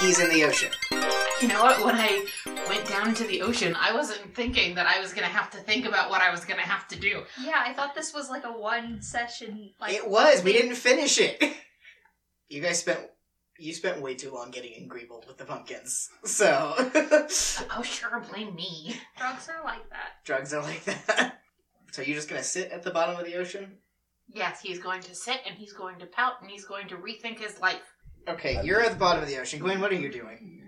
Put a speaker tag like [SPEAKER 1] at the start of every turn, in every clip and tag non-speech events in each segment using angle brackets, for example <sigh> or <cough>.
[SPEAKER 1] he's in the ocean.
[SPEAKER 2] You know what? When I went down into the ocean, I wasn't thinking that I was gonna have to think about what I was gonna have to do.
[SPEAKER 3] Yeah, I thought this was like a one session. Like
[SPEAKER 1] it was. We didn't finish it. <laughs> You guys spent you spent way too long getting agreeable with the pumpkins. So <laughs>
[SPEAKER 2] Oh, sure, blame me.
[SPEAKER 3] drugs are like that.
[SPEAKER 1] drugs are like that. So you're just gonna sit at the bottom of the ocean?
[SPEAKER 2] Yes, he's going to sit and he's going to pout and he's going to rethink his life.
[SPEAKER 1] Okay, you're at the bottom of the ocean. Gwen, what are you doing?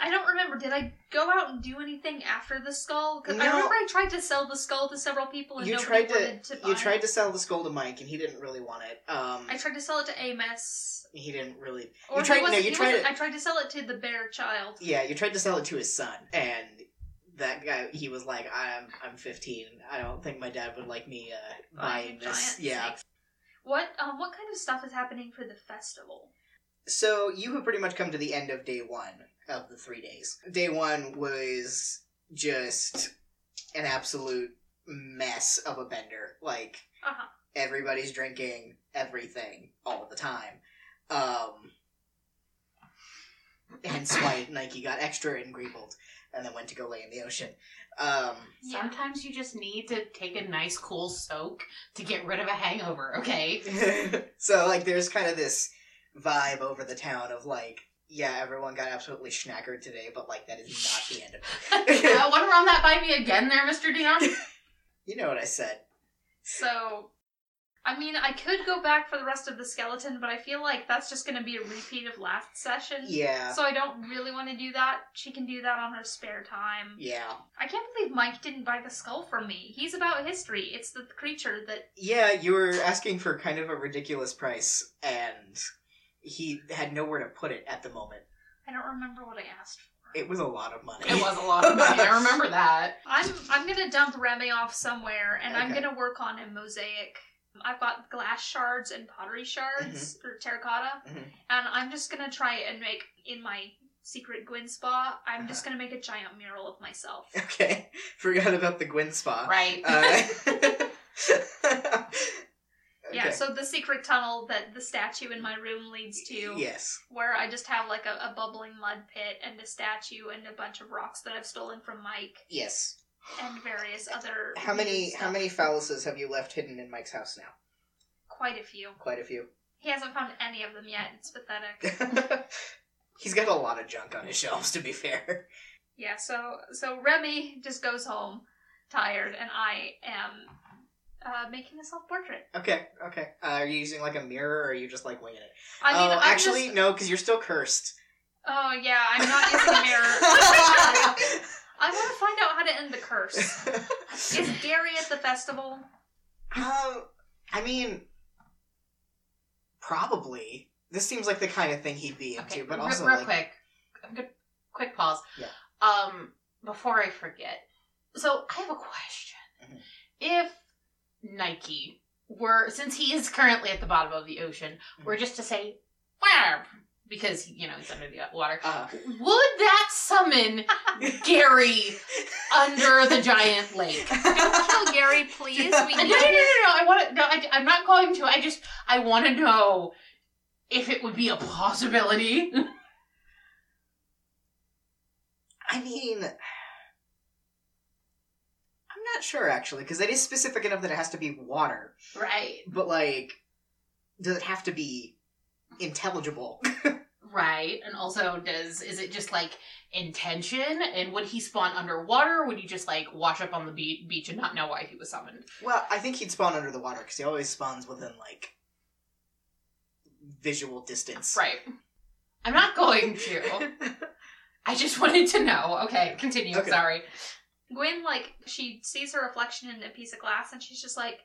[SPEAKER 3] I don't remember. Did I go out and do anything after the skull? 'Cause I
[SPEAKER 1] No.
[SPEAKER 3] remember I tried to sell the skull to several people and
[SPEAKER 1] You
[SPEAKER 3] nobody
[SPEAKER 1] tried
[SPEAKER 3] wanted
[SPEAKER 1] to,
[SPEAKER 3] to, buy.
[SPEAKER 1] you tried to sell this skull to Mike, and he didn't really want it. Um,
[SPEAKER 3] I tried to sell it to Amos.
[SPEAKER 1] he didn't really.
[SPEAKER 3] Or
[SPEAKER 1] You tried-
[SPEAKER 3] he
[SPEAKER 1] no,
[SPEAKER 3] wasn't,
[SPEAKER 1] you
[SPEAKER 3] he
[SPEAKER 1] tried
[SPEAKER 3] wasn't-
[SPEAKER 1] it-
[SPEAKER 3] I tried to sell it to the bear child.
[SPEAKER 1] Yeah, you tried to sell it to his son, and that guy, he was like, "I'm, I'm 15. I don't think my dad would like me uh, buying
[SPEAKER 3] Giant
[SPEAKER 1] this." Yeah.
[SPEAKER 3] snake. What um, what kind of stuff is happening for the festival?
[SPEAKER 1] So you have pretty much come to the end of day one of the three days. Day one was just an absolute mess of a bender. Like
[SPEAKER 3] Uh-huh.
[SPEAKER 1] everybody's drinking everything all the time. Um, hence why Nike got extra engreebled and then went to go lay in the ocean. Um,
[SPEAKER 3] Yeah.
[SPEAKER 2] Sometimes you just need to take a nice cool soak to get rid of a hangover, okay?
[SPEAKER 1] <laughs> so like there's kind of this vibe over the town of like yeah everyone got absolutely schnackered today but like that is not the end of it
[SPEAKER 2] <laughs> uh, want to run that by me again there, Mr. Dion?
[SPEAKER 1] you know what i said
[SPEAKER 3] So, I mean, I could go back for the rest of the skeleton, but I feel like that's just going to be a repeat of last session.
[SPEAKER 1] yeah
[SPEAKER 3] So I don't really want to do that. She can do that on her spare time.
[SPEAKER 1] yeah
[SPEAKER 3] I can't believe Mike didn't buy the skull from me. He's about history. It's the creature that
[SPEAKER 1] yeah you were asking for kind of a ridiculous price and he had nowhere to put it at the moment
[SPEAKER 3] I don't remember what I asked for.
[SPEAKER 1] it was a lot of money
[SPEAKER 2] It was a lot of money. I remember that.
[SPEAKER 3] I'm I'm gonna dump Remy off somewhere, and I'm
[SPEAKER 1] Okay.
[SPEAKER 3] gonna work on a mosaic. I've got glass shards and pottery
[SPEAKER 1] Mm-hmm.
[SPEAKER 3] shards or terracotta,
[SPEAKER 1] Mhm.
[SPEAKER 3] and I'm just gonna try and make in my secret Gwyn spa. I'm just
[SPEAKER 1] Uh-huh.
[SPEAKER 3] gonna make a giant mural of myself.
[SPEAKER 1] <laughs> <laughs> okay forgot about the gwen spa
[SPEAKER 2] Right.
[SPEAKER 1] Uh, <laughs>
[SPEAKER 3] Yeah.
[SPEAKER 1] okay.
[SPEAKER 3] So the secret tunnel that the statue in my room leads to,
[SPEAKER 1] yes
[SPEAKER 3] where I just have like a, a bubbling mud pit and a statue and a bunch of rocks that I've stolen from Mike
[SPEAKER 1] yes
[SPEAKER 3] and various other.
[SPEAKER 1] How many
[SPEAKER 3] weird
[SPEAKER 1] how
[SPEAKER 3] stuff.
[SPEAKER 1] many phalluses have you left hidden in Mike's house now?
[SPEAKER 3] Quite a few.
[SPEAKER 1] Quite a few. <laughs>
[SPEAKER 3] He hasn't found any of them yet. It's pathetic.
[SPEAKER 1] He's got a lot of junk on his shelves, to be fair.
[SPEAKER 3] Yeah, so so Remy just goes home tired, and I am uh, making a self portrait.
[SPEAKER 1] Okay, okay. Uh, are you using like a mirror, or are you just like winging it?
[SPEAKER 3] I mean,
[SPEAKER 1] oh,
[SPEAKER 3] I'm
[SPEAKER 1] actually,
[SPEAKER 3] just-
[SPEAKER 1] no, because you're still cursed.
[SPEAKER 3] oh yeah, I'm
[SPEAKER 1] <laughs>
[SPEAKER 3] not using a mirror. I want to find out how to end the curse. Is Gary at the festival?
[SPEAKER 1] <laughs> um, I mean, probably. This seems like the kind of thing he'd be into,
[SPEAKER 2] Okay,
[SPEAKER 1] but
[SPEAKER 2] re-
[SPEAKER 1] also
[SPEAKER 2] real
[SPEAKER 1] like,
[SPEAKER 2] quick, I'm good, quick pause.
[SPEAKER 1] Yeah.
[SPEAKER 2] Um, before I forget, so I have a question.
[SPEAKER 1] Mhm.
[SPEAKER 2] If Nike were, since he is currently at the bottom of the ocean,
[SPEAKER 1] Mm-hmm.
[SPEAKER 2] were just to say "Wow," because you know he's under the water,
[SPEAKER 1] uh,
[SPEAKER 2] would that summon Gary under the giant
[SPEAKER 1] <laughs>
[SPEAKER 2] lake?
[SPEAKER 3] Don't kill Gary, please. We
[SPEAKER 2] No, no,
[SPEAKER 3] need
[SPEAKER 2] no, no,
[SPEAKER 3] it.
[SPEAKER 2] no. I want to. No, I, I'm not going to. I just. I want to know if it would be a possibility.
[SPEAKER 1] I mean, I'm not sure actually, because it is specific enough that it has to be water.
[SPEAKER 2] right.
[SPEAKER 1] But like, does it have to be intelligible? <laughs>
[SPEAKER 2] Right. And also does is it just like intention and would he spawn underwater or would he just like wash up on the be- beach and not know why he was summoned?
[SPEAKER 1] well, I think he'd spawn under the water because he always spawns within like visual distance.
[SPEAKER 2] Right. I'm not going to. I just wanted to know. Okay, continue.
[SPEAKER 1] Okay.
[SPEAKER 2] Sorry.
[SPEAKER 3] Gwen, like, she sees her reflection in a piece of glass, and she's just like,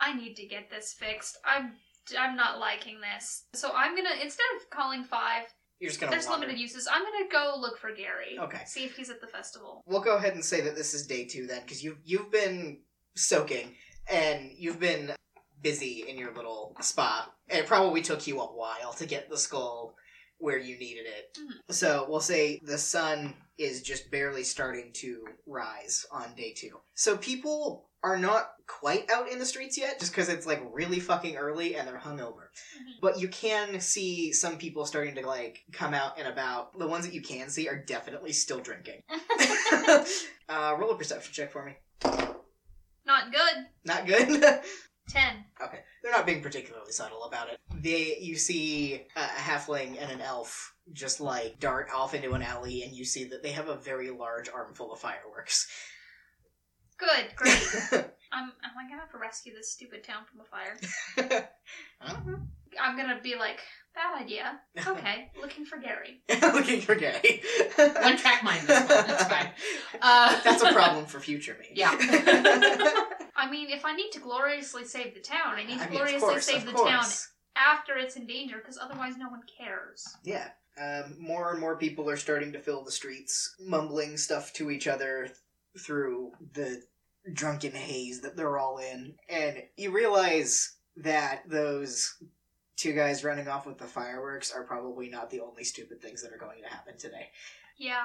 [SPEAKER 3] "I need to get this fixed. I'm." I'm not liking this. So I'm gonna, instead of calling five,
[SPEAKER 1] <laughs> You're just gonna.
[SPEAKER 3] There's
[SPEAKER 1] wander.
[SPEAKER 3] limited uses. I'm gonna go look for Gary.
[SPEAKER 1] Okay.
[SPEAKER 3] See if he's at the festival.
[SPEAKER 1] We'll go ahead and say that this is day two then, because you've you've been soaking and you've been busy in your little spa. And it probably took you a while to get the skull where you needed it.
[SPEAKER 3] Mhm.
[SPEAKER 1] So we'll say the sun is just barely starting to rise on day two. So people are not quite out in the streets yet just because it's like really fucking early and they're hungover.
[SPEAKER 3] Mhm.
[SPEAKER 1] But you can see some people starting to like come out and about. The ones that you can see are definitely still drinking. <laughs> uh, roll a perception check for me.
[SPEAKER 3] Not good.
[SPEAKER 1] Not good. <laughs>
[SPEAKER 3] Ten.
[SPEAKER 1] Okay, they're not being particularly subtle about it. They, you see a, a halfling and an elf just like dart off into an alley, and you see that they have a very large armful of fireworks. <laughs>
[SPEAKER 3] Good. Great. I'm. Am I gonna have to rescue this stupid town from a fire?
[SPEAKER 1] Uh-huh.
[SPEAKER 3] I'm gonna be like, bad idea.
[SPEAKER 1] <laughs>
[SPEAKER 3] Okay, looking for Gary.
[SPEAKER 1] Looking for gay.
[SPEAKER 2] One track mind this one. That's fine. Uh,
[SPEAKER 1] <laughs> That's
[SPEAKER 2] <laughs>
[SPEAKER 1] a problem for future me. <laughs>
[SPEAKER 2] Yeah.
[SPEAKER 3] I mean, if I need to gloriously save the town, I need to
[SPEAKER 1] I mean,
[SPEAKER 3] gloriously
[SPEAKER 1] of course,
[SPEAKER 3] save
[SPEAKER 1] of
[SPEAKER 3] the town
[SPEAKER 1] course.
[SPEAKER 3] after it's in danger, because otherwise no one cares.
[SPEAKER 1] Yeah. Um, more and more people are starting to fill the streets, mumbling stuff to each other through the drunken haze that they're all in. And you realize that those two guys running off with the fireworks are probably not the only stupid things that are going to happen today.
[SPEAKER 3] Yeah.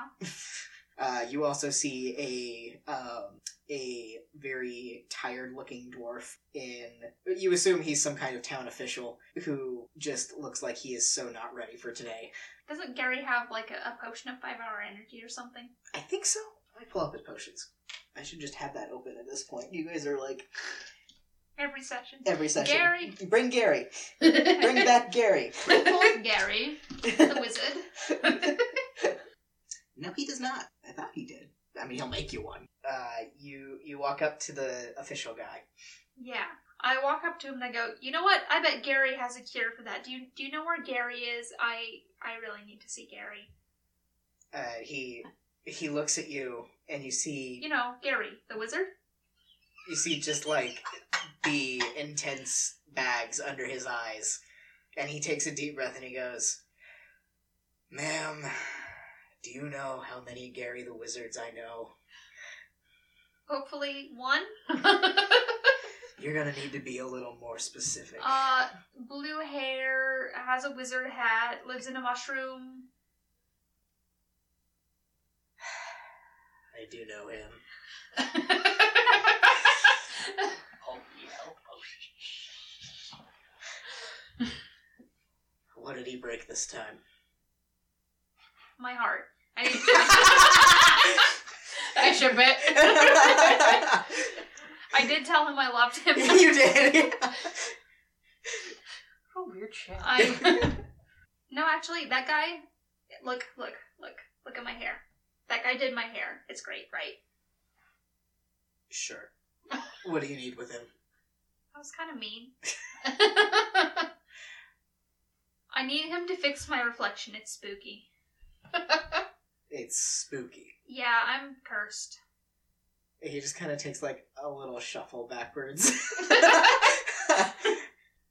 [SPEAKER 1] Uh, you also see a um, a very tired looking dwarf in you assume he's some kind of town official who just looks like he is so not ready for today.
[SPEAKER 3] Doesn't Gary have like a, a potion of five hour energy or something?
[SPEAKER 1] I think so. Let me pull up his potions. I should just have that open at this point. You guys are like
[SPEAKER 3] Every session.
[SPEAKER 1] every session. <laughs>
[SPEAKER 3] Gary.
[SPEAKER 1] Bring Gary.
[SPEAKER 2] <laughs>
[SPEAKER 1] Bring back Gary. <laughs>
[SPEAKER 3] Old Gary, the wizard.
[SPEAKER 1] No, he does not. I thought he did. I mean, he'll make you one. Uh, you you walk up to the official guy.
[SPEAKER 3] Yeah. I walk up to him and I go, you know what? I bet Gary has a cure for that. Do you do you know where Gary is? I I really need to see Gary.
[SPEAKER 1] Uh, he he looks at you, and you see
[SPEAKER 3] You know, Gary, the wizard?
[SPEAKER 1] you see just like the intense bags under his eyes and he takes a deep breath and he goes ma'am do you know how many gary the wizards i know
[SPEAKER 3] Hopefully one.
[SPEAKER 1] you're gonna need to be a little more specific
[SPEAKER 3] Uh blue hair, has a wizard hat, lives in a mushroom.
[SPEAKER 1] i do know him
[SPEAKER 2] oh, yeah.
[SPEAKER 1] what did he break this time
[SPEAKER 3] My heart. I <laughs> need
[SPEAKER 2] I should bet.
[SPEAKER 3] I did tell him I loved him.
[SPEAKER 1] <laughs> you did
[SPEAKER 2] oh, weird shit.
[SPEAKER 3] <laughs> I No, actually, that guy look, look, look, look at my hair. That guy did my hair. It's great, right?
[SPEAKER 1] sure what do you need with him
[SPEAKER 3] That was kinda mean. I need him to fix my reflection. It's spooky.
[SPEAKER 1] it's spooky
[SPEAKER 3] Yeah, I'm cursed.
[SPEAKER 1] he just kind of takes like a little shuffle <laughs> backwards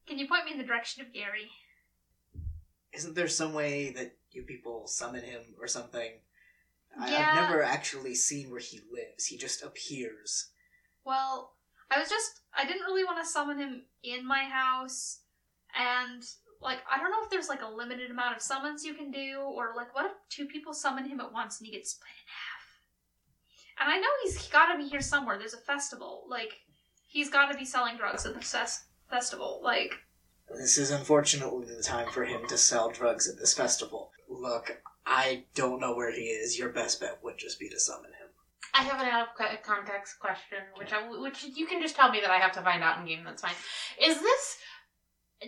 [SPEAKER 3] Can you point me in the direction of Gary?
[SPEAKER 1] isn't there some way that you people summon him or something? I,
[SPEAKER 3] Yeah.
[SPEAKER 1] I've never actually seen where he lives. He just appears.
[SPEAKER 3] Well, I was just I didn't really want to summon him in my house and like I don't know if there's like a limited amount of summons you can do or like what if two people summon him at once and he gets split in half. And I know he's got to be here somewhere. There's a festival. Like he's got to be selling drugs at the fes- festival. Like
[SPEAKER 1] This is unfortunately the time for him to sell drugs at this festival. Look, I don't know where he is. Your best bet would just be to summon him.
[SPEAKER 2] I have an out of co- context question, which I, which you can just tell me that I have to find out in game. That's fine. Is this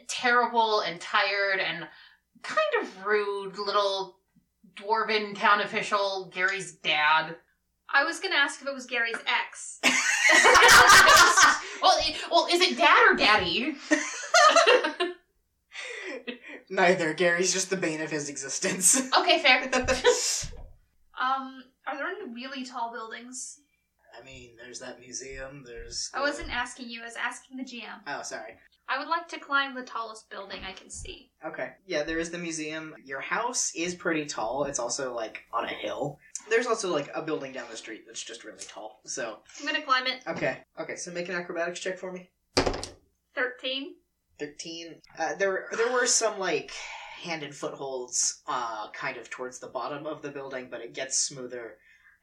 [SPEAKER 2] terrible and tired and kind of rude little dwarven town official Gary's dad?
[SPEAKER 3] I was going to ask if it was Gary's ex.
[SPEAKER 2] well, i- well, is it dad or daddy?
[SPEAKER 1] <laughs> Neither. Gary's just the bane of his existence. <laughs>
[SPEAKER 2] Okay, fair.
[SPEAKER 1] I
[SPEAKER 3] Um are there any really tall buildings?
[SPEAKER 1] mean, there's that museum. There's.
[SPEAKER 3] I wasn't asking you. I was asking the GM.
[SPEAKER 1] Oh, sorry.
[SPEAKER 3] I would like to climb the tallest building I can see.
[SPEAKER 1] Okay. Yeah, there is the museum. Your house is pretty tall. It's also like on a hill. There's also like a building down the street that's just really tall. So
[SPEAKER 3] I'm gonna climb it.
[SPEAKER 1] okay, okay. So make an acrobatics check for me.
[SPEAKER 3] 13.
[SPEAKER 1] Thirteen. Uh, there, there were some like hand and footholds, uh, kind of towards the bottom of the building, but it gets smoother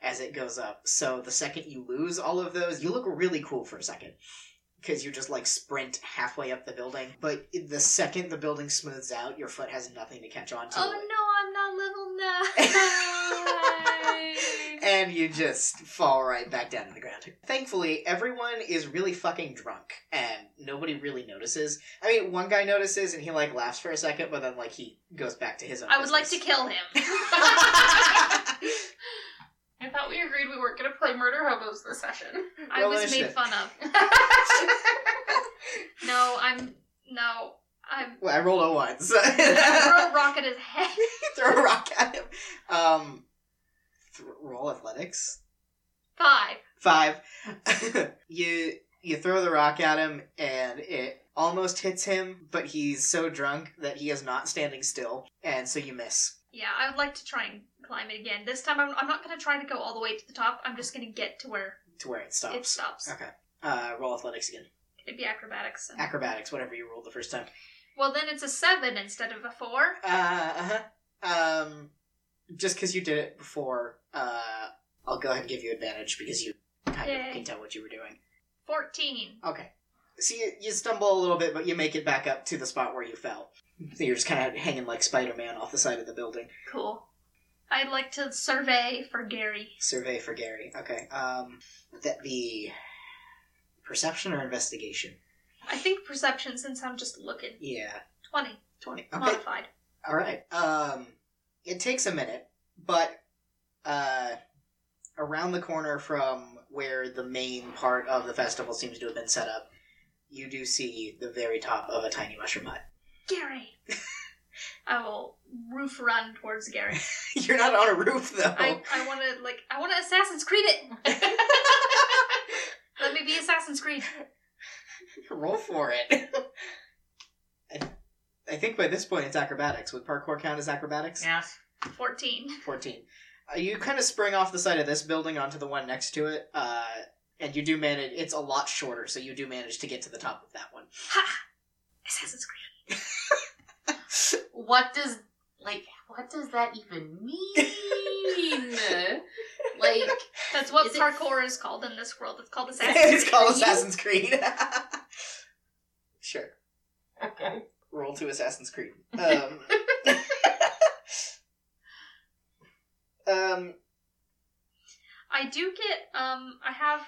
[SPEAKER 1] as it goes up. So the second you lose all of those, you look really cool for a second because you just like sprint halfway up the building. But the second the building smooths out, your foot has nothing to catch on to. <laughs>
[SPEAKER 3] Oh no, I'm not level nine.
[SPEAKER 1] and you just fall right back down to the ground. Thankfully, everyone is really fucking drunk and nobody really notices. I mean, one guy notices and he like laughs for a second, but then like he goes back to his own.
[SPEAKER 3] I would like to
[SPEAKER 1] business.
[SPEAKER 3] kill him.
[SPEAKER 2] I thought we agreed we weren't gonna play murder hobos this session. <laughs>
[SPEAKER 3] I
[SPEAKER 1] Roll
[SPEAKER 3] was made
[SPEAKER 1] initiative.
[SPEAKER 3] fun of. No, I'm no,
[SPEAKER 1] <laughs>
[SPEAKER 3] I'm.
[SPEAKER 1] <laughs> well, I rolled a one.
[SPEAKER 3] <laughs>
[SPEAKER 1] So
[SPEAKER 3] I throw a rock at his head.
[SPEAKER 1] throw a rock at him. Um, th- roll athletics.
[SPEAKER 3] Five.
[SPEAKER 1] Five. <laughs> you you throw the rock at him and it almost hits him, but he's so drunk that he is not standing still, and so you miss.
[SPEAKER 3] Yeah, I would like to try and climb it again. This time, I'm, I'm not going to try to go all the way to the top. I'm just going to get to where
[SPEAKER 1] To where it
[SPEAKER 3] it
[SPEAKER 1] stops.
[SPEAKER 3] stops.
[SPEAKER 1] Okay. Uh, roll athletics again.
[SPEAKER 3] It'd be acrobatics. And...
[SPEAKER 1] Acrobatics, whatever you rolled the first time.
[SPEAKER 3] well, then it's a seven instead of a four.
[SPEAKER 1] Uh huh. Um, just because you did it before, uh, I'll go ahead and give you advantage because you kind
[SPEAKER 3] Yay.
[SPEAKER 1] of can tell what you were doing.
[SPEAKER 3] Fourteen.
[SPEAKER 1] Okay. So you, you stumble a little bit, but you make it back up to the spot where you fell. So you're just kind of hanging like Spider Man off the side of the building.
[SPEAKER 3] Cool. I'd like to survey for Gary.
[SPEAKER 1] Survey for Gary. Okay. Um, would that be perception or investigation?
[SPEAKER 3] I think perception, since I'm just looking.
[SPEAKER 1] Yeah,
[SPEAKER 3] Twenty
[SPEAKER 1] twenty. Okay.
[SPEAKER 3] modified.
[SPEAKER 1] All right. Um, it takes a minute, but uh, around the corner from where the main part of the festival seems to have been set up, you do see the very top of a tiny mushroom hut. <laughs>
[SPEAKER 3] Gary. I will roof run towards
[SPEAKER 1] <laughs>
[SPEAKER 3] Gary.
[SPEAKER 1] You're not on a roof though.
[SPEAKER 3] I, I want to like I want to Assassin's Creed it. Let me be Assassin's Creed.
[SPEAKER 1] <laughs> Roll for it. <laughs> I, I think by this point it's acrobatics. Would parkour count as acrobatics?
[SPEAKER 2] Yes.
[SPEAKER 3] Fourteen.
[SPEAKER 1] 14. Uh, you kind of spring off the side of this building onto the one next to it, uh, and you do manage. It's a lot shorter, so you do manage to get to the top of
[SPEAKER 3] <laughs>
[SPEAKER 1] that one.
[SPEAKER 3] Assassin's Creed.
[SPEAKER 2] What does like what does that even
[SPEAKER 1] <laughs>
[SPEAKER 2] mean? like
[SPEAKER 3] That's what
[SPEAKER 2] Is it-
[SPEAKER 3] parkour is called in this world.
[SPEAKER 1] <laughs>
[SPEAKER 3] It's called Assassin's Creed.
[SPEAKER 1] it's called Assassin's Creed. <laughs> sure.
[SPEAKER 2] okay.
[SPEAKER 1] Roll to Assassin's
[SPEAKER 3] <laughs>
[SPEAKER 1] Creed. Um, um,
[SPEAKER 3] <laughs> I do get um I have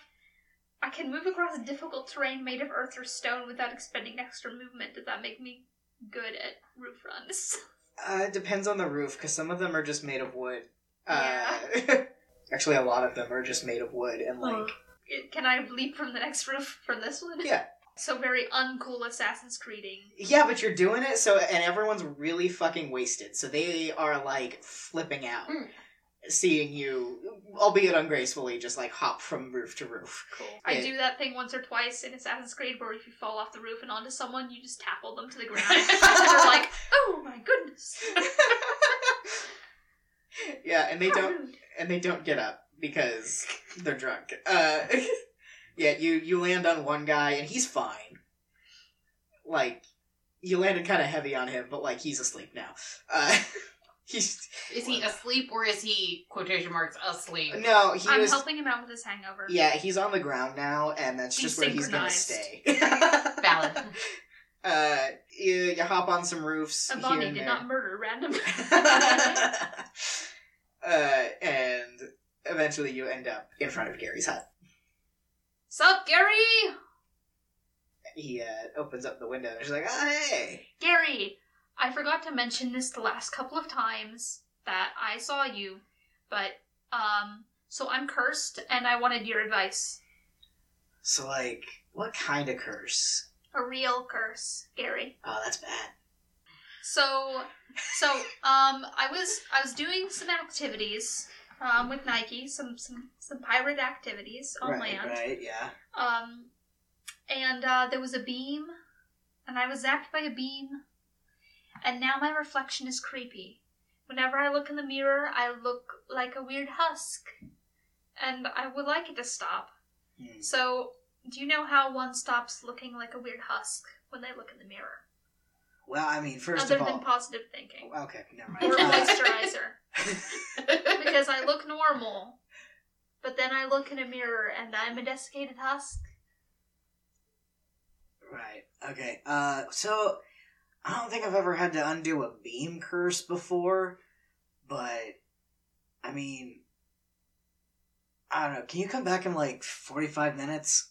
[SPEAKER 3] I can move across difficult terrain made of earth or stone without expending extra movement. Does that make me good at roof runs? <laughs>
[SPEAKER 1] uh, it depends on the roof, because some of them are just made of wood. Uh,
[SPEAKER 3] Yeah.
[SPEAKER 1] <laughs> actually, a lot of them are just made of wood and like
[SPEAKER 3] It- Can I leap from the next roof from this one?
[SPEAKER 1] Yeah.
[SPEAKER 3] So very uncool Assassin's Creeding.
[SPEAKER 1] Yeah, but you're doing it so, and everyone's really fucking wasted. So they are like flipping out,
[SPEAKER 2] Mm.
[SPEAKER 1] seeing you, albeit ungracefully, just like hop from roof to
[SPEAKER 2] <laughs>
[SPEAKER 1] roof.
[SPEAKER 3] Cool. I
[SPEAKER 1] Yeah.
[SPEAKER 3] do that thing once or twice in Assassin's Creed where if you fall off the roof and onto someone, you just tackle them to
[SPEAKER 1] <laughs>
[SPEAKER 3] the ground. and they're like, oh my goodness.
[SPEAKER 1] Yeah, and they
[SPEAKER 3] How
[SPEAKER 1] don't,
[SPEAKER 3] rude."
[SPEAKER 1] and they don't get up because they're drunk. Uh, <laughs> yeah, you you land on one guy and he's fine. Like, you landed kind of heavy on him, but like he's asleep now. Uh, <laughs> he's
[SPEAKER 2] Is he asleep or is he quotation marks asleep?
[SPEAKER 1] no, he
[SPEAKER 3] I'm
[SPEAKER 1] was
[SPEAKER 3] helping him out with his hangover.
[SPEAKER 1] Yeah, he's on the ground now, and that's just where he's gonna
[SPEAKER 3] Desynchronized.
[SPEAKER 1] stay.
[SPEAKER 3] <laughs>
[SPEAKER 1] <laughs>
[SPEAKER 2] Valid.
[SPEAKER 1] uh, you, you hop on some roofs here
[SPEAKER 3] Avani
[SPEAKER 1] and
[SPEAKER 3] did
[SPEAKER 1] there.
[SPEAKER 3] not murder
[SPEAKER 1] <laughs>
[SPEAKER 3] random. <laughs>
[SPEAKER 1] uh, and eventually, you end up in front of Gary's hut.
[SPEAKER 3] Sup, Gary?
[SPEAKER 1] He uh, opens up the window, and he's like, "Ah, "Hey,
[SPEAKER 3] Gary, I forgot to mention this the last couple of times that I saw you, but, um, so I'm cursed and I wanted your advice.
[SPEAKER 1] so like, what kind of curse?
[SPEAKER 3] A real curse, Gary.
[SPEAKER 1] Oh, that's bad.
[SPEAKER 3] So, so um, I was I was doing some activities um, with Nike, some some some pirate activities on
[SPEAKER 1] right,
[SPEAKER 3] land.
[SPEAKER 1] right, yeah.
[SPEAKER 3] Um, and uh, there was a beam, and I was zapped by a beam, and now my reflection is creepy. Whenever I look in the mirror, I look like a weird husk, and I would like it to stop.
[SPEAKER 1] Hmm.
[SPEAKER 3] So, do you know how one stops looking like a weird husk when they look in the mirror,
[SPEAKER 1] Well, I mean, first
[SPEAKER 3] other
[SPEAKER 1] of all,
[SPEAKER 3] than positive thinking? <laughs>
[SPEAKER 1] okay, never
[SPEAKER 3] or
[SPEAKER 1] mind. Uh,
[SPEAKER 3] moisturizer because I look normal But then I look in a mirror and I'm a desiccated husk.
[SPEAKER 1] Right. Okay. Uh, so I don't think I've ever had to undo a beam curse before, but I mean, I don't know. Can you come back in like forty-five minutes?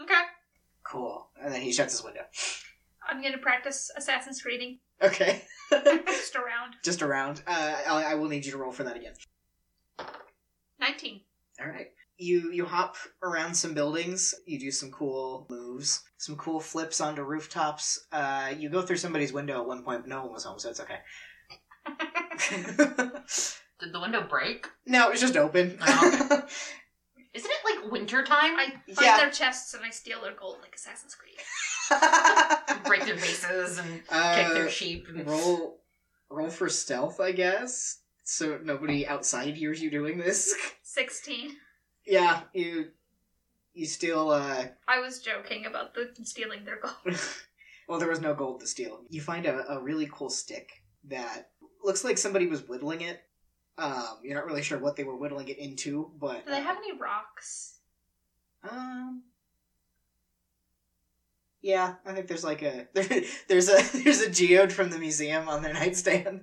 [SPEAKER 3] Okay.
[SPEAKER 1] Cool. And then he shuts his window.
[SPEAKER 3] I'm gonna practice assassin's creeding
[SPEAKER 1] Okay. <laughs>
[SPEAKER 3] just around.
[SPEAKER 1] Just around. Uh, I, I will need you to roll for that again.
[SPEAKER 3] Nineteen.
[SPEAKER 1] All right. You you hop around some buildings. You do some cool moves, some cool flips onto rooftops. Uh, you go through somebody's window at one point, but no one was home, so it's
[SPEAKER 2] <laughs>
[SPEAKER 1] okay.
[SPEAKER 2] Did the window break?
[SPEAKER 1] no, it was just open.
[SPEAKER 2] Oh, Isn't it like winter time?
[SPEAKER 3] I find
[SPEAKER 1] <laughs> Yeah.
[SPEAKER 3] their chests and I steal their gold like assassin's creed.
[SPEAKER 1] <laughs>
[SPEAKER 2] break their vases and kick
[SPEAKER 1] Uh,
[SPEAKER 2] their sheep. And...
[SPEAKER 1] roll roll for stealth, I guess. So nobody outside hears you doing this. <laughs>
[SPEAKER 3] Sixteen.
[SPEAKER 1] yeah, you you steal uh
[SPEAKER 3] I was joking about the stealing their gold.
[SPEAKER 1] <laughs> well, there was no gold to steal. You find a, a really cool stick that looks like somebody was whittling it. Um, you're not really sure what they were whittling it into, but
[SPEAKER 3] Do they have any rocks?
[SPEAKER 1] um, yeah, I think there's like a <laughs> there's a <laughs> there's a geode from the museum on their
[SPEAKER 3] <laughs>
[SPEAKER 1] nightstand.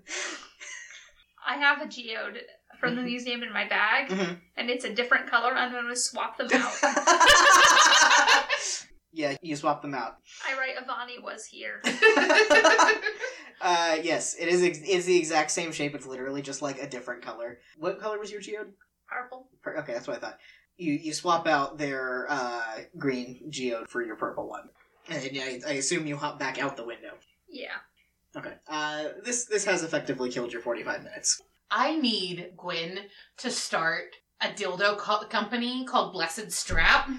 [SPEAKER 3] I have a geode from the museum in my bag,
[SPEAKER 1] Mhm.
[SPEAKER 3] and it's a different color. I'm gonna swap them out.
[SPEAKER 1] <laughs> yeah, you swap them
[SPEAKER 3] <laughs>
[SPEAKER 1] out. <laughs>
[SPEAKER 3] I write Avani was here.
[SPEAKER 1] Uh, yes, it is. Ex- it's the exact same shape. It's literally just like a different color. What color was your geode?
[SPEAKER 3] Purple.
[SPEAKER 1] Pur- Okay, that's what I thought. You you swap out their uh, green geode for your purple one, and then, yeah, I assume you hop back out the window.
[SPEAKER 3] Yeah.
[SPEAKER 1] Okay. Uh, this this has effectively killed your forty five minutes.
[SPEAKER 2] <laughs>
[SPEAKER 1] <laughs>
[SPEAKER 2] I need Gwen to start a dildo co- company called Blessed Strap.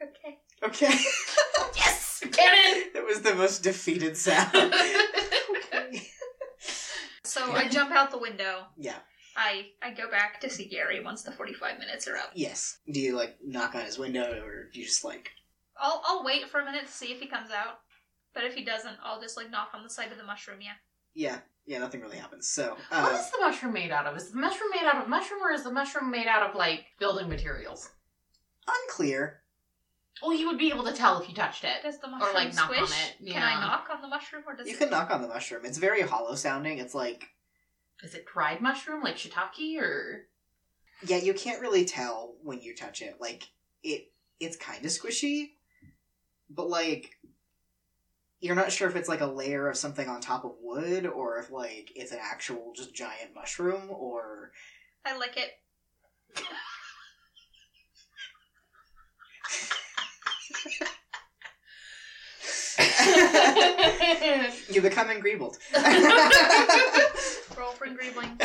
[SPEAKER 3] Okay.
[SPEAKER 1] okay,
[SPEAKER 2] Yes, cannon.
[SPEAKER 1] that was the most defeated
[SPEAKER 2] <laughs>
[SPEAKER 1] sound. <laughs>
[SPEAKER 3] So I jump out the window.
[SPEAKER 1] yeah.
[SPEAKER 3] I I go back to see Gary once the 45 minutes are up.
[SPEAKER 1] Yes. Do you like knock on his window, or do you just like?
[SPEAKER 3] I'll I'll wait for a minute to see if he comes out. But if he doesn't, I'll just like knock on the side of the mushroom. Yeah.
[SPEAKER 1] Yeah. Yeah. Nothing really happens. So. Uh,
[SPEAKER 2] what is the mushroom made out of? Is the mushroom made out of mushroom, or is the mushroom made out of like building materials?
[SPEAKER 1] Unclear.
[SPEAKER 2] Well, you would be able to tell if you touched it.
[SPEAKER 3] Does the mushroom
[SPEAKER 2] like, knock on
[SPEAKER 3] squish?
[SPEAKER 2] it,
[SPEAKER 3] Can
[SPEAKER 2] yeah.
[SPEAKER 3] I knock on the mushroom or does
[SPEAKER 1] You
[SPEAKER 3] it-
[SPEAKER 1] can knock on the mushroom. It's very hollow sounding. It's like
[SPEAKER 2] Is it dried mushroom, like shiitake, or
[SPEAKER 1] yeah, you can't really tell when you touch it. Like it, it's kind of squishy, but like you're not sure if it's like a layer of something on top of wood or if like it's an actual just giant mushroom or
[SPEAKER 3] I lick it.
[SPEAKER 1] you become <laughs>
[SPEAKER 3] <laughs>
[SPEAKER 1] engreebled.
[SPEAKER 3] Roll for engreebling.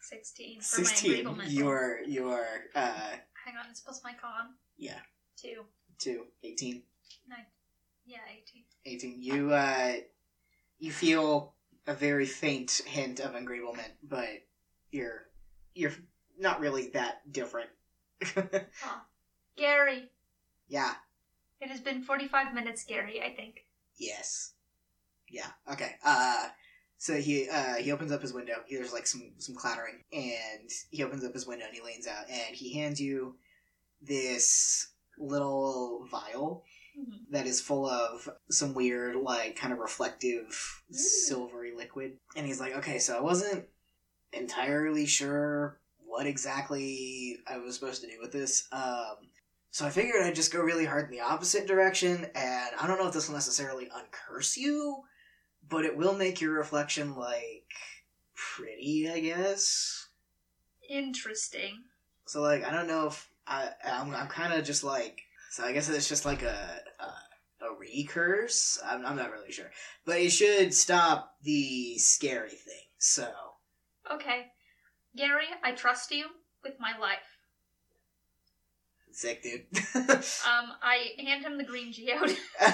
[SPEAKER 3] 16 for my
[SPEAKER 1] Sixteen.
[SPEAKER 3] engreeblement.
[SPEAKER 1] You are you are uh
[SPEAKER 3] Hang on, it's plus my con.
[SPEAKER 1] Yeah.
[SPEAKER 3] Two.
[SPEAKER 1] two. Eighteen.
[SPEAKER 3] Nine. Yeah, 18.
[SPEAKER 1] 18 you uh you feel a very faint hint of engreeblement but you're you're not really that different <laughs>
[SPEAKER 3] Gary.
[SPEAKER 1] yeah
[SPEAKER 3] It has been 45 minutes, Gary, I think.
[SPEAKER 1] yes yeah okay uh so he uh he opens up his window there's like some some clattering and he opens up his window and he leans out and he hands you this little vial
[SPEAKER 2] Hmm.
[SPEAKER 1] that is full of some weird, like, kind of reflective,
[SPEAKER 3] Mm.
[SPEAKER 1] silvery liquid. And he's like, okay, so I wasn't entirely sure what exactly I was supposed to do with this. Um, so I figured I'd just go really hard in the opposite direction, and I don't know if this will necessarily uncurse you, but it will make your reflection, like, pretty, I guess.
[SPEAKER 3] Interesting.
[SPEAKER 1] So like, I don't know if I, I'm, I'm kind of just like. So I guess it's just like a a, a recurse. I'm, I'm not really sure, but it should stop the scary thing. So
[SPEAKER 3] Okay. Gary, I trust you with my life.
[SPEAKER 1] sick, dude. <laughs>
[SPEAKER 3] Um, I hand him the green geode. <laughs>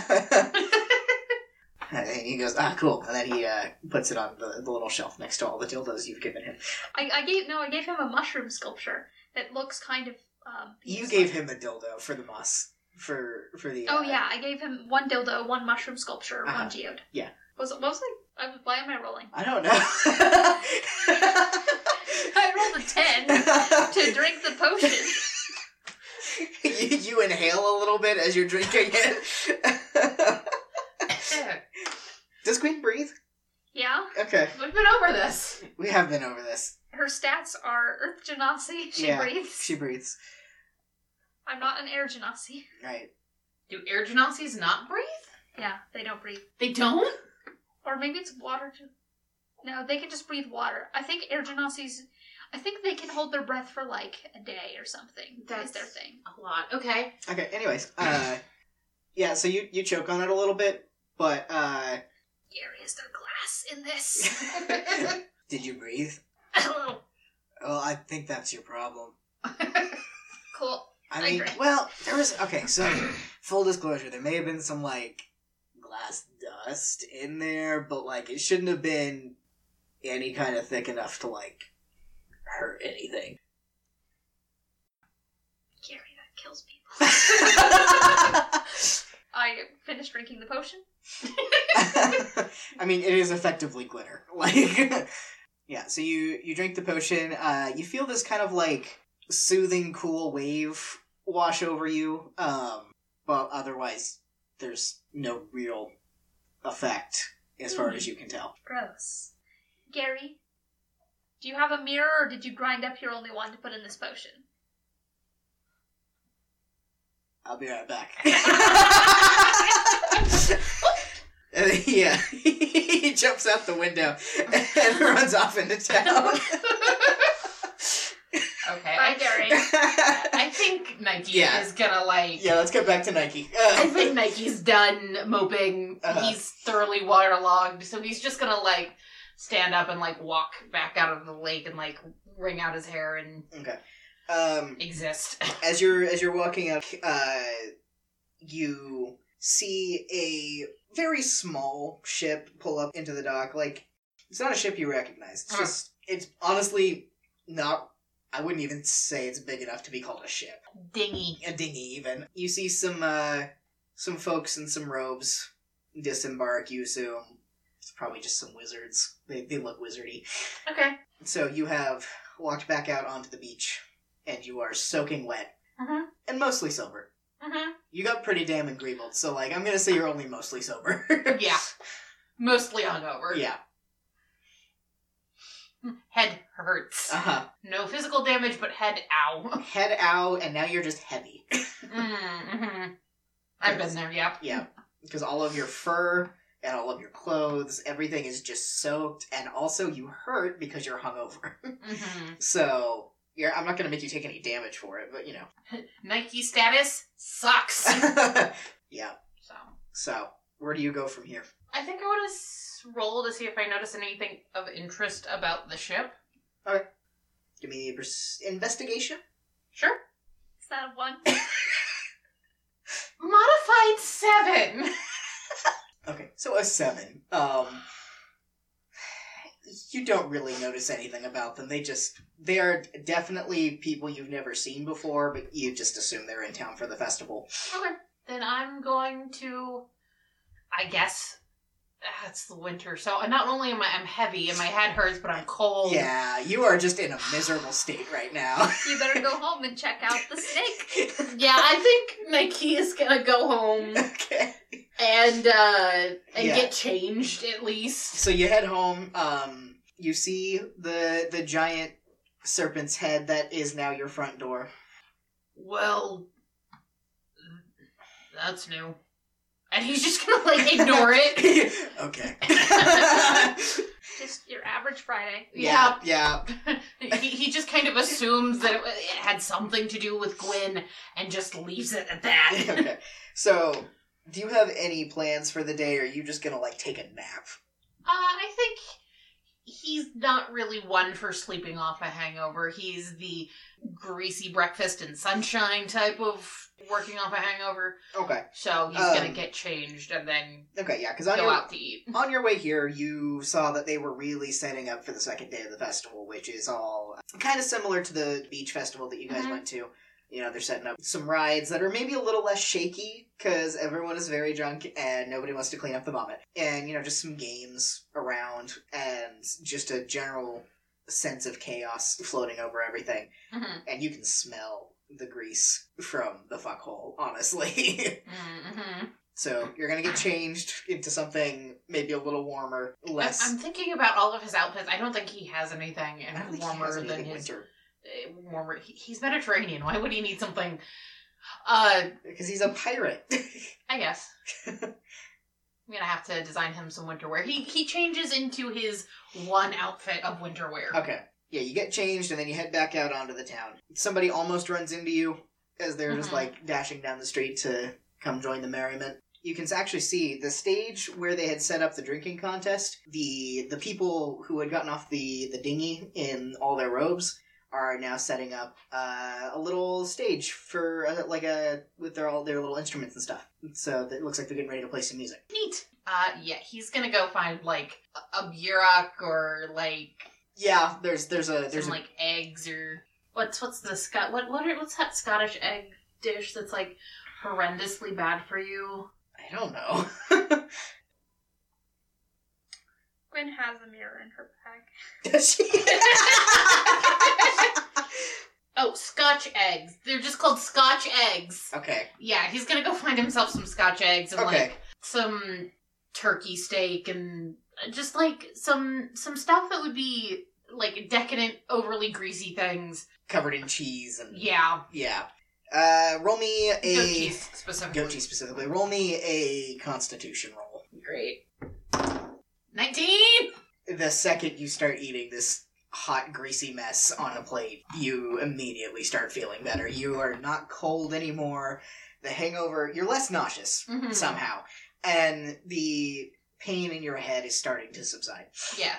[SPEAKER 1] and he goes, ah, cool. And then he uh, puts it on the, the little shelf next to all the dildos you've given him.
[SPEAKER 3] I, I gave, no, I gave him a mushroom sculpture that looks kind of, um...
[SPEAKER 1] You
[SPEAKER 3] penis-like.
[SPEAKER 1] gave him a dildo for the moss for for the.
[SPEAKER 3] Oh
[SPEAKER 1] uh,
[SPEAKER 3] yeah, I gave him one dildo, one mushroom sculpture,
[SPEAKER 1] Uh-huh.
[SPEAKER 3] one geode.
[SPEAKER 1] Yeah.
[SPEAKER 3] Was what was I? I, why am I rolling?
[SPEAKER 1] I <laughs>
[SPEAKER 3] <laughs>
[SPEAKER 1] don't know.
[SPEAKER 3] I rolled
[SPEAKER 1] <laughs>
[SPEAKER 3] a ten to drink the potion.
[SPEAKER 1] <laughs> you, you inhale a little bit as you're drinking it. <laughs> Does Queen breathe?
[SPEAKER 3] Yeah,
[SPEAKER 1] Okay,
[SPEAKER 2] We've been over this.
[SPEAKER 1] we have been over this.
[SPEAKER 3] her stats are Earth Genasi. She
[SPEAKER 1] Yeah.
[SPEAKER 3] breathes.
[SPEAKER 1] She breathes.
[SPEAKER 3] I'm not an Air Genasi.
[SPEAKER 1] Right.
[SPEAKER 2] Do air genasi not breathe?
[SPEAKER 3] Yeah, they don't breathe.
[SPEAKER 2] They don't?
[SPEAKER 3] Or maybe it's water. Gen- No, they can just breathe water. I think Air Genasi's. I think they can hold their breath for like a day or something. That's their
[SPEAKER 2] That's-
[SPEAKER 3] thing.
[SPEAKER 2] A lot. Okay. <coughs>
[SPEAKER 1] Okay. Anyways, uh, yeah. So you you choke on it a little bit, but uh, <laughs>
[SPEAKER 3] Gary, is there glass in this?
[SPEAKER 1] did you breathe? Well, I think that's your problem.
[SPEAKER 3] cool.
[SPEAKER 1] I
[SPEAKER 3] I
[SPEAKER 1] mean,
[SPEAKER 3] drank.
[SPEAKER 1] well, there was okay.
[SPEAKER 3] <clears throat>
[SPEAKER 1] So, full disclosure, there may have been some like glass dust in there, but like it shouldn't have been any kind of thick enough to like hurt anything.
[SPEAKER 3] Gary, that kills people. I finished drinking the potion.
[SPEAKER 1] I mean, it is effectively glitter. <laughs> Like, yeah. So you you drink the potion. Uh, you feel this kind of like soothing, cool wave wash over you. Um, but otherwise, there's no real effect as far as you can tell.
[SPEAKER 3] Gross. Gary, do you have a mirror or did you grind up your only one to put in this potion?
[SPEAKER 1] I'll be right
[SPEAKER 2] <laughs>
[SPEAKER 1] back. <laughs> And yeah, <laughs> he jumps out the window and <laughs> runs off into
[SPEAKER 2] <laughs>
[SPEAKER 1] town. <laughs>
[SPEAKER 2] Okay.
[SPEAKER 1] <laughs>
[SPEAKER 2] I,
[SPEAKER 3] Bye, Gary.
[SPEAKER 2] I think Nike
[SPEAKER 1] Yeah.
[SPEAKER 2] is gonna like.
[SPEAKER 1] Yeah, let's get back to Nike. Uh,
[SPEAKER 2] I think Nike's done moping.
[SPEAKER 1] Uh-huh.
[SPEAKER 2] He's thoroughly waterlogged, so he's just gonna like stand up and like walk back out of the lake and like wring out his hair and
[SPEAKER 1] <laughs> okay. Um,
[SPEAKER 2] exist. <laughs>
[SPEAKER 1] as you're as you're walking up, uh, you see a very small ship pull up into the dock. Like it's not a ship you recognize. It's
[SPEAKER 2] Huh.
[SPEAKER 1] just it's honestly not. I wouldn't even say it's big enough to be called a ship.
[SPEAKER 2] Dingy.
[SPEAKER 1] A dinghy, even. You see some uh, some folks in some robes disembark. You assume it's probably just some wizards. They they look wizardy.
[SPEAKER 2] Okay.
[SPEAKER 1] So you have walked back out onto the beach, and you are soaking wet
[SPEAKER 2] Mhm.
[SPEAKER 1] and mostly sober.
[SPEAKER 2] Mhm.
[SPEAKER 1] You got pretty damn engreebled, so like I'm gonna say you're only mostly sober. <laughs>
[SPEAKER 2] Yeah. Mostly hungover.
[SPEAKER 1] yeah.
[SPEAKER 2] Head hurts.
[SPEAKER 1] Uh huh.
[SPEAKER 2] No physical damage, but head ow.
[SPEAKER 1] Head out, and now you're just heavy.
[SPEAKER 2] mm-hmm. I've been there. Yeah.
[SPEAKER 1] Yeah, because all of your fur and all of your clothes, everything is just soaked, and also you hurt because you're hungover. <laughs>
[SPEAKER 2] hmm
[SPEAKER 1] so you're, I'm not gonna make you take any damage for it, but you
[SPEAKER 2] Nike status
[SPEAKER 1] <laughs>
[SPEAKER 2] sucks.
[SPEAKER 1] know. yeah.
[SPEAKER 2] so
[SPEAKER 1] So where do you go from here?
[SPEAKER 2] I think I want to s- roll to see if I notice anything of interest about the ship.
[SPEAKER 1] Give me a pers- investigation.
[SPEAKER 2] Sure.
[SPEAKER 3] Is that a one?
[SPEAKER 2] Modified seven.
[SPEAKER 1] Okay, so a seven. Um, you don't really notice anything about them. They just they are definitely people you've never seen before, but you just assume they're in town for the festival.
[SPEAKER 2] okay. Then I'm going to, I guess, ah, it's the winter. So not only am I I'm heavy and my head hurts, but I'm cold.
[SPEAKER 1] Yeah, you are just in a miserable state right
[SPEAKER 3] <laughs>
[SPEAKER 1] now.
[SPEAKER 3] you better go home and check out the snake.
[SPEAKER 2] Yeah, I think Nike is gonna go home
[SPEAKER 1] <laughs> okay.
[SPEAKER 2] and uh and
[SPEAKER 1] Yeah.
[SPEAKER 2] get changed at least.
[SPEAKER 1] So you head home. Um, you see the the giant serpent's head that is now your front door. <laughs>
[SPEAKER 2] Well, that's new. And he's just gonna like ignore
[SPEAKER 1] <laughs>
[SPEAKER 2] it.
[SPEAKER 1] okay.
[SPEAKER 3] Just your average Friday.
[SPEAKER 2] Yeah.
[SPEAKER 1] Yeah.
[SPEAKER 2] he, he just kind of assumes that it, wa- it had something to do with Gwyn and just leaves it at that.
[SPEAKER 1] okay. <laughs> So, do you have any plans for the day, or are you just gonna like take a nap?
[SPEAKER 2] Uh, I think he's not really one for sleeping off a hangover. He's the greasy breakfast and sunshine type of working off a hangover.
[SPEAKER 1] Okay.
[SPEAKER 2] So he's
[SPEAKER 1] Um,
[SPEAKER 2] gonna get changed and then
[SPEAKER 1] Okay. Yeah. Because on
[SPEAKER 2] go
[SPEAKER 1] your
[SPEAKER 2] out to eat.
[SPEAKER 1] on your way here, you saw that they were really setting up for the second day of the festival, which is all kind of similar to the beach festival that you guys
[SPEAKER 2] Mhm.
[SPEAKER 1] went to. You know, they're setting up some rides that are maybe a little less shaky because everyone is very drunk and nobody wants to clean up the vomit. And, you know, just some games around and just a general sense of chaos floating over everything.
[SPEAKER 2] Mhm,
[SPEAKER 1] And you can smell the grease from the fuckhole, honestly. <laughs>
[SPEAKER 2] mhm, mhm.
[SPEAKER 1] So you're gonna get changed into something maybe a little warmer, less.
[SPEAKER 2] I'm, I'm thinking about all of his outfits. I don't think he has anything in
[SPEAKER 1] I don't think he has
[SPEAKER 2] warmer
[SPEAKER 1] anything
[SPEAKER 2] than his
[SPEAKER 1] winter
[SPEAKER 2] uh, warmer. He, he's Mediterranean. Why would he need something? Uh,
[SPEAKER 1] because he's a pirate. <laughs>
[SPEAKER 2] I guess. I'm gonna have to design him some winter wear. He he changes into his one outfit of winter wear.
[SPEAKER 1] okay, yeah, you get changed and then you head back out onto the town. Somebody almost runs into you as they're just
[SPEAKER 2] Mhm.
[SPEAKER 1] like dashing down the street to come join the merriment. You can actually see the stage where they had set up the drinking contest. The the people who had gotten off the the dinghy in all their robes are now setting up uh, a little stage for uh, like a with their all their little instruments and stuff. So it looks like they're getting ready to play some music.
[SPEAKER 2] Neat. Uh, yeah, he's gonna go find like a- a burek or like
[SPEAKER 1] Yeah, there's there's a there's
[SPEAKER 2] some
[SPEAKER 1] a,
[SPEAKER 2] like eggs or what's what's the Scot what what are, what's that Scottish egg dish that's like horrendously bad for you?
[SPEAKER 1] I don't know. <laughs>
[SPEAKER 3] Gwen has a mirror in her bag.
[SPEAKER 1] Does
[SPEAKER 2] <laughs>
[SPEAKER 1] she?
[SPEAKER 2] Oh, Scotch eggs. They're just called Scotch eggs.
[SPEAKER 1] okay.
[SPEAKER 2] Yeah, he's gonna go find himself some Scotch eggs and
[SPEAKER 1] Okay.
[SPEAKER 2] like some turkey steak and uh, just like some some stuff that would be like decadent, overly greasy things.
[SPEAKER 1] Covered in cheese and
[SPEAKER 2] Yeah,
[SPEAKER 1] yeah. Uh, roll me a
[SPEAKER 2] goat cheese specifically.
[SPEAKER 1] goat cheese specifically. Roll me a Constitution roll.
[SPEAKER 2] Great. Nineteen.
[SPEAKER 1] The second you start eating this hot greasy mess on a plate, you immediately start feeling better. You are not cold anymore. The hangover, you're less nauseous
[SPEAKER 2] Mhm.
[SPEAKER 1] somehow, and the pain in your head is starting to subside.
[SPEAKER 2] Yeah.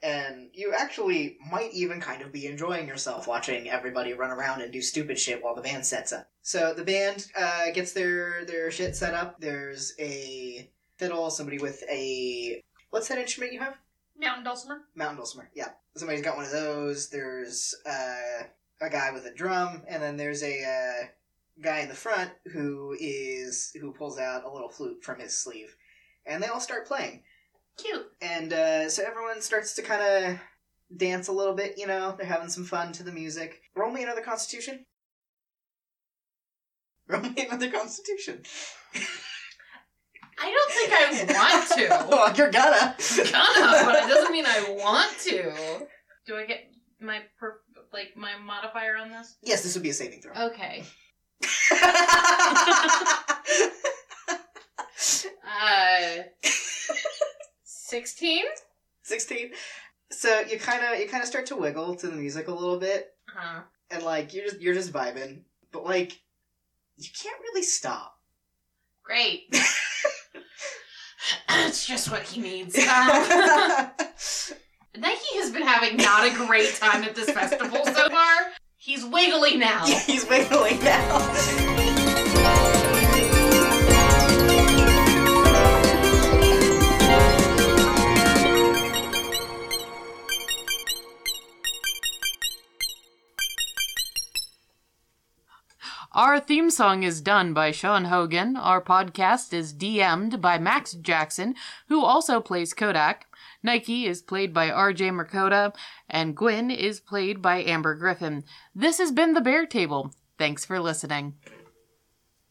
[SPEAKER 1] and you actually might even kind of be enjoying yourself watching everybody run around and do stupid shit while the band sets up. So the band uh, gets their their shit set up. There's a fiddle, somebody with a what's that instrument you have?
[SPEAKER 3] Mountain dulcimer.
[SPEAKER 1] Mountain dulcimer. Yeah, somebody's got one of those. There's uh, a guy with a drum, and then there's a uh, guy in the front who is who pulls out a little flute from his sleeve, and they all start playing
[SPEAKER 2] Cute.
[SPEAKER 1] and uh, so everyone starts to kind of dance a little bit. You know, they're having some fun to the music. Roll me another Constitution. <laughs> Roll me another Constitution.
[SPEAKER 2] I don't think I want to.
[SPEAKER 1] <laughs> well, you're gonna.
[SPEAKER 2] Gonna, but it doesn't mean I want to. Do I get my per- like my modifier on this?
[SPEAKER 1] <laughs> Yes, this would be a saving throw.
[SPEAKER 2] Okay. Uh. <laughs> Sixteen.
[SPEAKER 1] <laughs> Sixteen. So you kind of you kind of start to wiggle to the music a little bit,
[SPEAKER 2] Huh.
[SPEAKER 1] and like you're just you're just vibing, but like you can't really stop.
[SPEAKER 2] <laughs>
[SPEAKER 1] <laughs>
[SPEAKER 2] Great. <laughs> it's just what he needs. Um, <laughs> Nike has been having not a great time at this festival so far. He's wiggly now.
[SPEAKER 1] Yeah, he's wiggling now.
[SPEAKER 4] Our theme song is done by Sean Hogan. Our podcast is DM'd by Max Jackson, who also plays Kodak. Nike is played by RJ Mercoda, and Gwen is played by Amber Griffin. This has been The Bear Table. Thanks for listening.